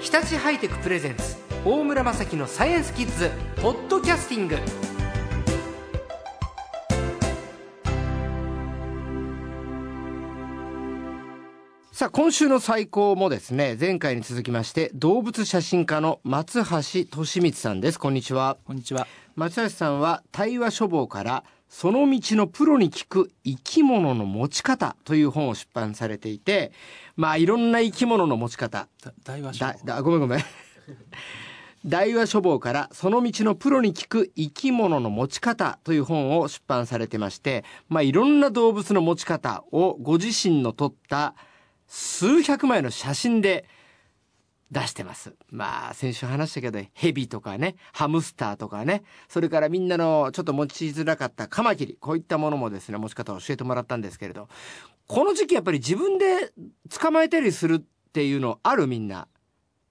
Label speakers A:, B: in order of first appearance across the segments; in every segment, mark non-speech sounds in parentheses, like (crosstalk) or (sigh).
A: 日立ハイテクプレゼンツ大村雅樹のサイエンスキッズポッドキャスティングさあ今週の最高もですね前回に続きまして動物写真家の松橋俊光さんですこんにちは
B: こんにちは。
A: 松橋さんは対話書房からその道のプロに聞く生き物の持ち方という本を出版されていてまあいろんな生き物の持ち方
B: だ大和
A: だ
B: 賞。
A: だごめんごめん (laughs) 大和書房からその道のプロに聞く生き物の持ち方という本を出版されてまして、まあ、いろんな動物の持ち方をご自身の撮った数百枚の写真で出してます。まあ、先週話したけど、ヘビとかね、ハムスターとかね、それからみんなのちょっと持ちづらかったカマキリ、こういったものもですね、持ち方を教えてもらったんですけれど、この時期やっぱり自分で捕まえたりするっていうのあるみんな。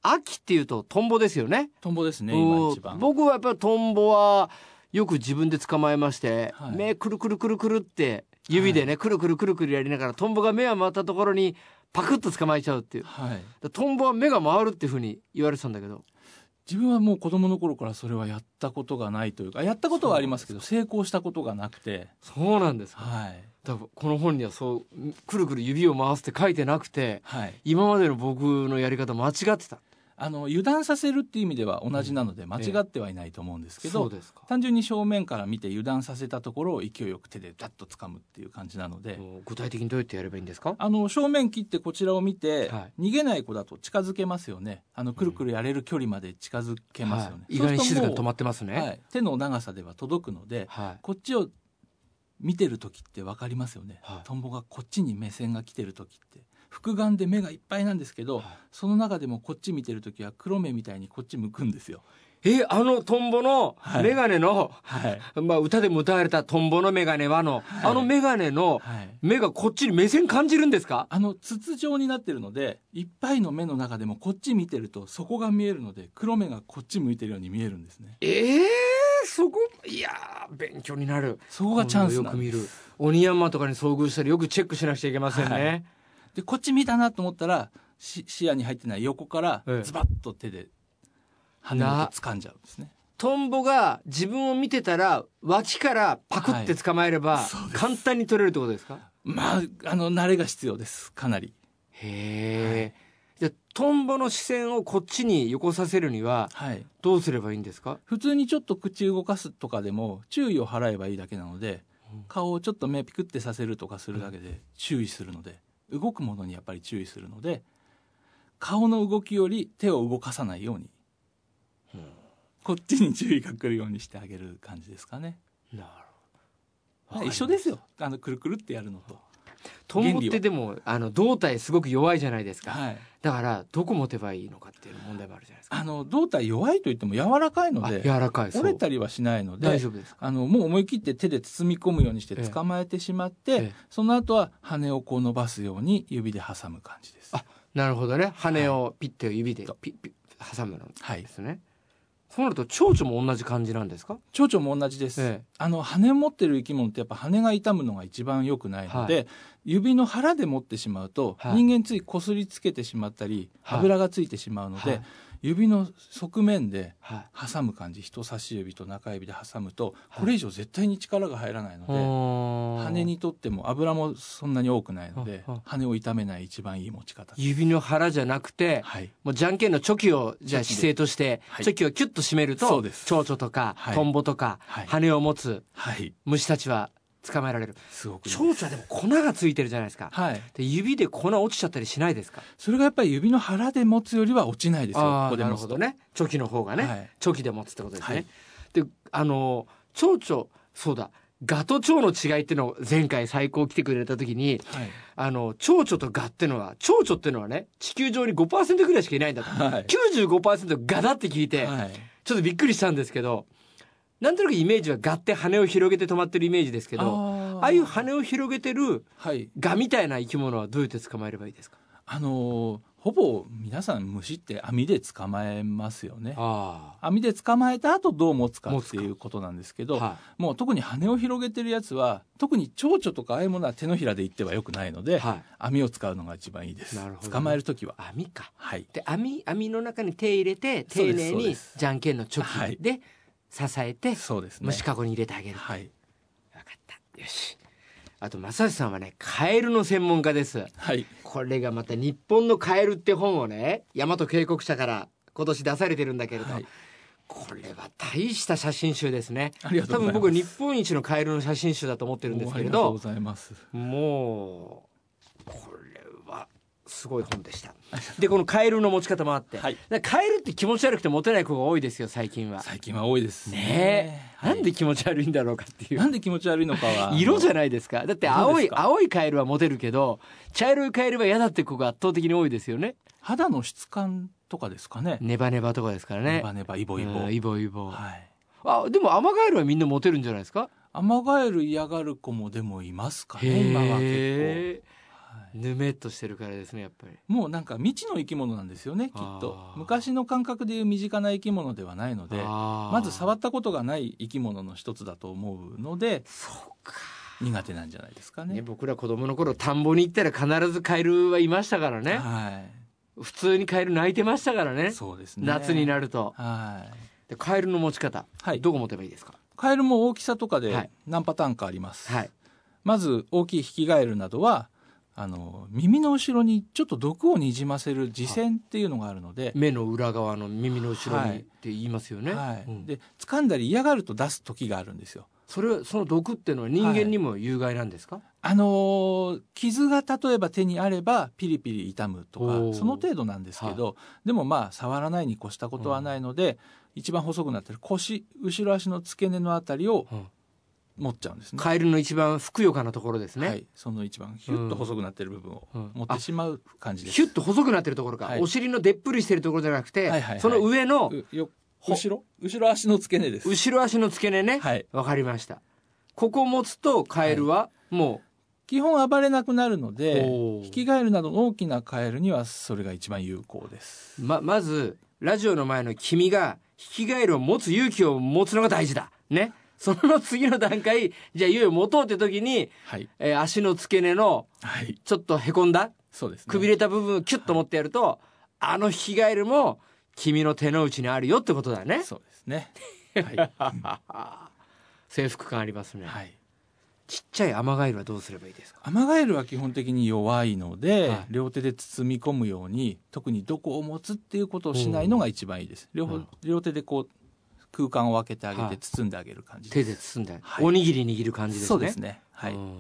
A: 秋っていうとトンボですよね。
B: トンボですね。
A: う
B: 今
A: ん
B: 一番。
A: 僕はやっぱりトンボはよく自分で捕まえまして、
B: はい
A: 目くるくるくるくるって指でね、くるくるくるくるやりながらトンボが目を回ったところにパクッと捕まえちゃうっていう。だか
B: はい。
A: らトンボは目が回るっていうふうに言われてたんだけど。
B: 自分はもう子供の頃からそれはやったことがないというか、やったことはありますけど、成功したことがなくて。
A: そうなんですか。
B: はい。
A: 多分この本にはそうくるくる指を回すって書いてなくて、
B: はい。
A: 今までの僕のやり方間違ってた。
B: あの油断させるっていう意味では同じなので、間違ってはいないと思うんですけ
A: そう
B: ど。
A: ですか。
B: 単純に正面から見て油断させたところを勢いよく手でダッと掴むっていう感じなので、
A: もう具体的にどうやってやればいいんですか。
B: あの正面切ってこちらを見て、
A: は
B: 逃げない子だと近づけますよねあのくるくるやれる距離まで近づけますよね、
A: はい意外に静かに止ま
B: っ
A: ってます
B: は
A: ね。
B: い、手の長さでは届くので、
A: はい。
B: こっちを見てる時って分かりますよね、
A: はい
B: トンボがこっちに目線が来てる時って複眼で目がいっぱいなんですけど、
A: はい
B: その中でもこっち見てる時は黒目みたいにこっち向くんですよ。
A: え、あのトンボの
B: はい
A: メガネの、
B: はい、
A: まあ歌でも歌われたトンボのメガネはの、
B: はい
A: あのメガネの
B: はい
A: 目がこっちに目線感じるんですか。
B: あの筒状になってるのでいっぱいの目の中でもこっち見てるとそこが見えるので黒目がこっち向いてるように見えるんですね
A: ええそこ、いやー勉強になる。
B: そこがチャンス
A: よ
B: な
A: く
B: ん
A: 見
B: です
A: る。鬼山とかに遭遇したらよくチェックしなくちゃいけませんね。
B: はいでこっち見たなと思ったらし視野に入ってない横から
A: ええ
B: ズバッと手で羽
A: な
B: を掴んじゃうんですね
A: トンボが自分を見てたら脇からパクって捕まえれば、
B: はいそうです
A: 簡単に取れるってことですか。
B: まああの慣れが必要ですかなり
A: へえ。じゃあトンボの視線をこっちによこさせるには
B: はい
A: どうすればいいんですか。
B: 普通にちょっと口動かすとかでも注意を払えばいいだけなので
A: うん
B: 顔をちょっと目ピクってさせるとかするだけで注意するので動くものにやっぱり注意するので顔の動きより手を動かさないように
A: うん
B: こっちに注意が来るようにしてあげる感じですかね
A: なるほど。
B: 一緒ですよあのくるくるってやるのと
A: トンボっ
B: 原理
A: て
B: は
A: でもあの胴体すごく弱いじゃないですか、
B: はい
A: だからどこ持てばいいのかっていう問題もあるじゃないですか
B: あの胴体弱いといっても柔らかいの
A: あ
B: で
A: 柔らかいそう
B: 折れたりはしないの
A: 大
B: で
A: 丈夫ですか
B: あのもう思い切って手で包み込むようにして
A: ええ
B: 捕まえてしまって、
A: ええ
B: その後は羽をこう伸ばすように指で挟む感じです
A: あ。なるほどね羽をピッて指でピッピッ挟むの
B: はい
A: で、すね、そうなると蝶々も同じ感じなんですか、
B: 蝶々も同じです、
A: え
B: あの羽持ってる生き物ってやっぱ羽が痛むのが一番良くないので、指の腹で持ってしまうと、
A: はい
B: 人間ついこすりつけてしまったり、
A: はい
B: 油がついてしまうので、
A: はい
B: 指の側面で
A: えはい
B: 挟む感じ人差し指と中指で挟むと
A: はい
B: これ以上絶対に力が入らないので、羽
A: 羽
B: にとっても油もそんなに多くないので
A: はは
B: 羽を痛めない一番いい持ち方です
A: 指の腹じゃなくて
B: はい
A: もうじゃんけんのチョキをじゃあ
B: チョ
A: 姿
B: キで
A: 勢として、
B: はい
A: チョキをキュッと締める
B: そ
A: と
B: うです
A: 蝶々とか、
B: はい
A: トンボとか、
B: はい
A: 羽を持つ
B: はい
A: 虫たちは捕まえられる
B: すごくいい
A: 蝶々はでも粉がついてるじゃないですか
B: はい
A: で指で粉落ちちゃったりしないですか
B: それがやっぱり指の腹で持つよりは落ちないですよ
A: あ
B: こ
A: あ
B: こで
A: なる
B: 持
A: ほ
B: つ
A: ど
B: と
A: ねチョキの方がね、
B: はい
A: チョキで持つってことですね、
B: はい
A: であの蝶々そうだガと蝶の違いっていうのを前回最高来てくれた時に
B: はい
A: あの蝶々とガってのは蝶々ってのはね地球上に5%ぐらいしかいないんだと
B: はい
A: 95%ガだって聞いて、
B: はい
A: ちょっとびっくりしたんですけどなんとなくイメージはガって羽を広げて止まってるイメージですけど
B: あー
A: ああいう羽を広げてる
B: はい
A: ガみたいな生き物はどうやって捕まえればいいですか
B: あのーほぼ皆さん虫って網で捕まえますよね
A: あ
B: 網で捕まえた後どう持つか
A: 持
B: っ
A: つ
B: て
A: か
B: いうことなんですけ
A: あ
B: ど、
A: は
B: もう特に羽を広げてるやつは特に蝶々とかああいうものは手のひらでいってはよくないの
A: い、
B: で、
A: はい、
B: 網を使うのが一番いいです
A: なるほど
B: 捕まえる時は
A: 網か
B: はい
A: で網網の中に手入れて
B: そ
A: 丁
B: うです
A: 寧
B: そう
A: に
B: です
A: じゃんけんのチ
B: は
A: ョ
B: い
A: キで支えて
B: そうですね
A: 虫かごに入れてあげる、
B: はい
A: 分かったよしあと正志さんはねカエルの専門家です
B: はい
A: これがまた「日本のカエル」って本をね大和警告社から今年出されてるんだけれど、
B: はい
A: これは大した写真集ですね
B: ありがと
A: 多
B: うござ
A: 分
B: います
A: 僕日本一のカエルの写真集だと思ってるんですけれ
B: ありがとう
A: ど
B: ございます
A: もうこれはすごい本でしたでこのカエルの持ち方もあって、
B: はい
A: だからカエルって気持ち悪くて持てない子が多いですよ最近は
B: 最近は多いです
A: ねえ、
B: はい
A: なんで気持ち悪いんだろうかっていう
B: なんで気持ち悪いのかは
A: (laughs) 色じゃ
B: ない
A: ないですかだって青
B: そう
A: い
B: ですか
A: 青いカエルはモテるけど茶色いカエルは嫌だって子が圧倒的に多いですよね
B: 肌の質感とかですかね
A: ネバネバとかですからね
B: ネバネバイボイボ、
A: うんイボイボ
B: はい
A: あでもアマガエルはみんなモテるんじゃないですか
B: アマガエル嫌がる子もでもいますかね今は結
A: へえ
B: 構、はい
A: ぬめっとしてるからですねやっぱり
B: もうなんか未知の生き物なんですよねきっと
A: あー
B: 昔の感覚でいう身近な生き物ではないのでま
A: ま
B: ず触
A: っ
B: ったことがない生き物の一つだと思うので
A: そうか
B: 苦手なんじゃないですかね
A: ね、僕ら子供の頃田んぼに行ったら必ずカエルはいましたからね
B: は
A: 普通にカエル鳴いてましたからね
B: いそうですね
A: 夏になると
B: はい
A: でカエルの持ち方、
B: はい
A: どこ持てばいいですか
B: カエルも大きさとか
A: はい
B: で何パターンかあります、
A: はい
B: まず大きいヒキガエルなどはあの耳の後ろにちょっと毒をにじませる耳栓っていうのがあるので、
A: 目の裏側の耳の後ろ
B: は
A: に
B: い
A: って言いますよね、
B: はい
A: うん
B: で掴んだり嫌がると出す時があるんですよ。
A: それその毒っていうのは人間にも有害なんですか、
B: あのー傷が例えば手にあればピリピリ痛むと
A: おー
B: かその程度なんですけど、でもまあ触らないに越したことはないので、一番細くなってる腰後ろ足の付け根のあたりを
A: うん
B: 持っちゃうんですね。
A: カエルの一番ふくよかなところですね、
B: はい、その一番ヒュッと細くなってる部分を
A: うん
B: 持ってしまう感じです。
A: ヒュッと細くなってるところか、
B: はい
A: お尻のでっぷりしてるところじゃなくて、
B: はいはいはい
A: その上の
B: うよ
A: ほ
B: 後ろ後ろ足の付け根です。
A: 後ろ足の付け根ねわ、
B: はい。
A: かりましたここを持つとカエルはも
B: 基本暴れなくなるの
A: う、
B: で、
A: おー
B: ヒキガエルなどの大きなカエルにはそれが一番有効です。
A: ままずラジオの前の君が引きガエルを持つ勇気を持つのが大事だねその次の段階じゃあいよいよ持とうって時に、
B: はい。
A: えー足の付け根の (laughs)
B: はい。
A: ちょっとへこんだ
B: そうですね。
A: くびれた部分をキュッと持ってやると、あの引きガエルも君の手の内にあるよってことだね
B: そうですね。は
A: 制服感ありますね、
B: い。はい。
A: ちっちゃいアマガエルはどうすればいいですか
B: アマガエルは基本的に弱いので、
A: はい
B: 両手で包み込むように、特にどこを持つっていうことをしないのが一番いいです。両
A: う
B: 方
A: ん、
B: 両手でこう、空間を分けてあげ
A: は
B: て
A: い
B: 包んであげる感じ
A: 手
B: です。
A: で包んで、
B: はい
A: おにぎり握る感じですね
B: そうですね。は
A: う
B: い。
A: ん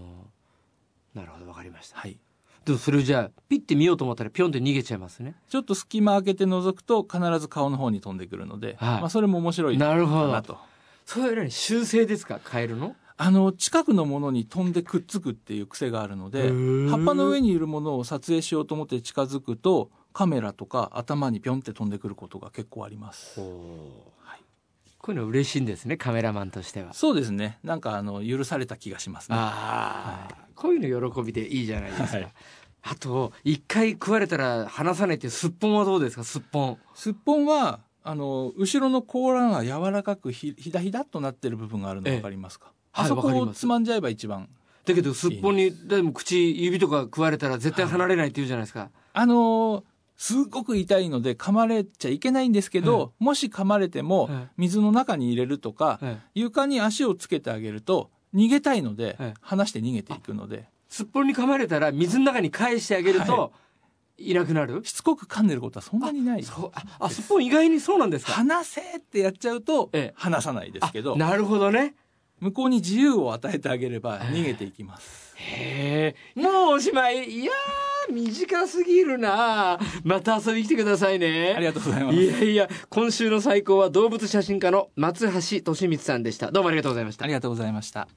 A: なるほどわかりました
B: はい。
A: でもそれじゃあピッて見ようと思ったらピョンって逃げちゃいますね
B: ちょっと隙間開けて覗くと必ず顔の方に飛んでくるので、
A: はい
B: まあそれも面白いか
A: なるほ
B: な
A: ど
B: と。
A: そういうのに修正ですかカエルの
B: あの近くのものに飛んでくっつくっていう癖があるの
A: へ
B: で
A: ー
B: 葉っぱの上にいるものを撮影しようと思って近づくとカメラとか頭にピョンって飛んでくることが結構ありますはい
A: こういうのは嬉しいんですねカメラマンとしては
B: そうですねなんかあの許された気がしますね
A: ああ、こういうの喜びでいいじゃないですか、
B: はい
A: あと一回食われたら離さないっていうすっぽんはどうですかすっぽん
B: すっぽんはあの後ろの甲羅が柔らかくひひだひだっとなってる部分があるの
A: ええ
B: 分かりますか、
A: はい
B: あそこ
A: わかり
B: を
A: ます
B: つまんじゃえば一番
A: だけどすっぽんにでも口指とか食われたら絶対離れないって言うじゃないですか、
B: あのーすごく痛いので噛まれちゃいけないんですけど、もし噛まれても
A: はい
B: 水の中に入れるとか、
A: はい
B: 床に足をつけてあげると逃げたいので、
A: はい
B: 離して逃げていくのです
A: っぽんに噛まれたら水の中に返してあげると、い、なくなる
B: しつこく噛んでることはそんなにない
A: そうああすっぽん意外にそうなんですか
B: 離せってやっちゃうと
A: ええ
B: 離さないですけど
A: あなるほどね
B: 向こうに自由を与えてあげれば逃げていきます、
A: へえもうおしまいいやー短すぎるなまた遊びに来てくださいね
B: ありがとうございます
A: いやいや今週の最高は動物写真家の松橋俊光さんでしたどうもありがとうございました
B: ありがとうございました